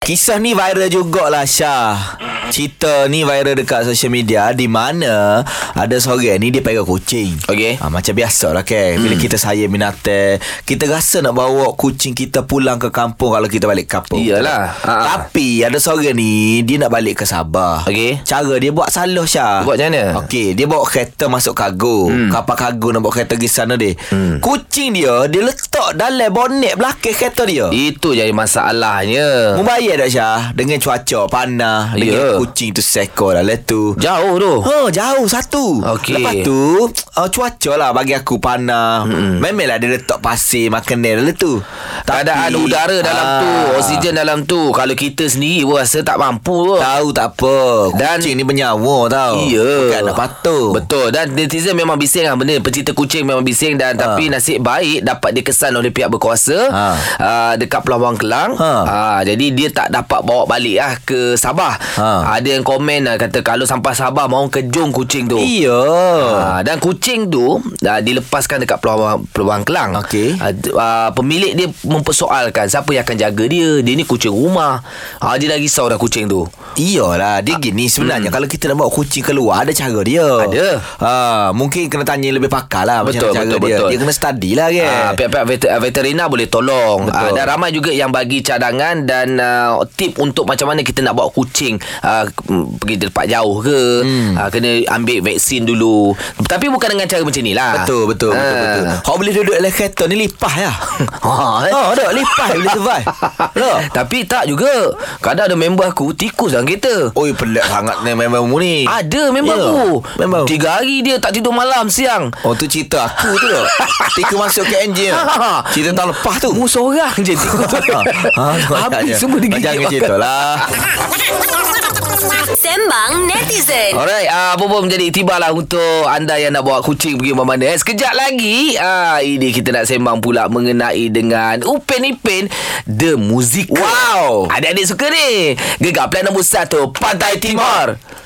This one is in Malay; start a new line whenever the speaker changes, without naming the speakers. Kisah ni viral jugalah Syah Cerita ni viral dekat social media Di mana Ada seorang ni Dia pegang kucing
Okey.
ha, Macam biasa lah kan Bila kita sayang binatang Kita rasa nak bawa kucing kita pulang ke kampung Kalau kita balik kampung
Iyalah. Ha, ha.
Ah. Tapi ada seorang ni Dia nak balik ke Sabah
Okey.
Cara dia buat salah Syah
Dia buat macam mana?
Okey Dia bawa kereta masuk kargo hmm. Kapal kargo nak bawa kereta pergi sana dia hmm. Kucing dia Dia letak dalam bonet belakang kereta dia
Itu jadi masalahnya.
Mubayar tak Syah Dengan cuaca panas Dengan
Ya.
kucing tu sekor lah Lepas tu
Jauh tu.
Oh jauh satu
Okey.
Lepas tu uh, Cuaca lah bagi aku panas mm Memanglah dia letak pasir Makanan dia lah, tu
Keadaan
Tapi-
udara dalam tu,
Ah.
oksigen dalam tu. Kalau kita sendiri pun rasa tak mampu pun.
Tahu tak apa
Dan-
Kucing ni bernyawa tau
Iya.
Bukan nak patuh
Betul. Dan netizen memang bising lah benda. Pencinta kucing memang bising dan ha.
Ah.
tapi nasib baik dapat dikesan oleh pihak berkuasa
Ha.
ha. uh, dekat Pulau Bang Kelang.
Ha.
Ha. Uh, jadi dia tak dapat bawa balik lah ke Sabah.
Ha.
Ha. Ada yang komen lah kata kalau sampai Sabah mau kejung kucing tu.
Iya
Ah, dan kucing tu ah, dilepaskan dekat peluang peluang Kelang.
Okey.
Ah, d- ah, pemilik dia mempersoalkan siapa yang akan jaga dia. Dia ni kucing rumah. Ah, dia dah risau dah kucing tu.
Iyalah lah,
Ah.
Dia gini sebenarnya Kalau kita nak bawa kucing keluar Ada cara dia
Mm. Ada.
ha, Mungkin kena tanya yang lebih pakar lah Macam
Betul,
mana cara
betul,
dia
betul.
Dia kena study lah kan
Ah, pihak-pihak veter- ah, veterina boleh tolong.
Betul.
Ah, dan ramai juga yang bagi cadangan dan ah, tip untuk macam mana kita nak bawa kucing ah, k- m- pergi tempat jauh ke,
Hmm.
ah, kena ambil vaksin dulu. Tapi bukan dengan cara macam ni lah.
Betul betul
Ah.
betul betul. Kau boleh duduk dalam kereta ni lipah ya.
Ha, eh.
Ha, dok lipah boleh survive. Loh.
Tapi tak juga Kadang ada member aku Tikus dalam kereta
Oi pelik sangat ni member mu ni.
Ada member
Ya,
yeah. aku
member mu.
Tiga hari dia tak tidur malam siang
Oh tu cerita aku tu dok. Tika masuk ke enjin. Cerita tahun lepas tu. Ah,
Mu seorang je tikus Ha, Habis semua digigit
Jangan
makan.
cerita lah.
Sembang netizen.
Alright, uh, apa pun menjadi tibalah untuk anda yang nak bawa kucing pergi mana-mana. Eh, sekejap lagi, uh, ini kita nak sembang pula mengenai dengan Upin Ipin The Musical.
Wow.
Adik-adik suka ni. Gegar plan nombor satu, Pantai Timur.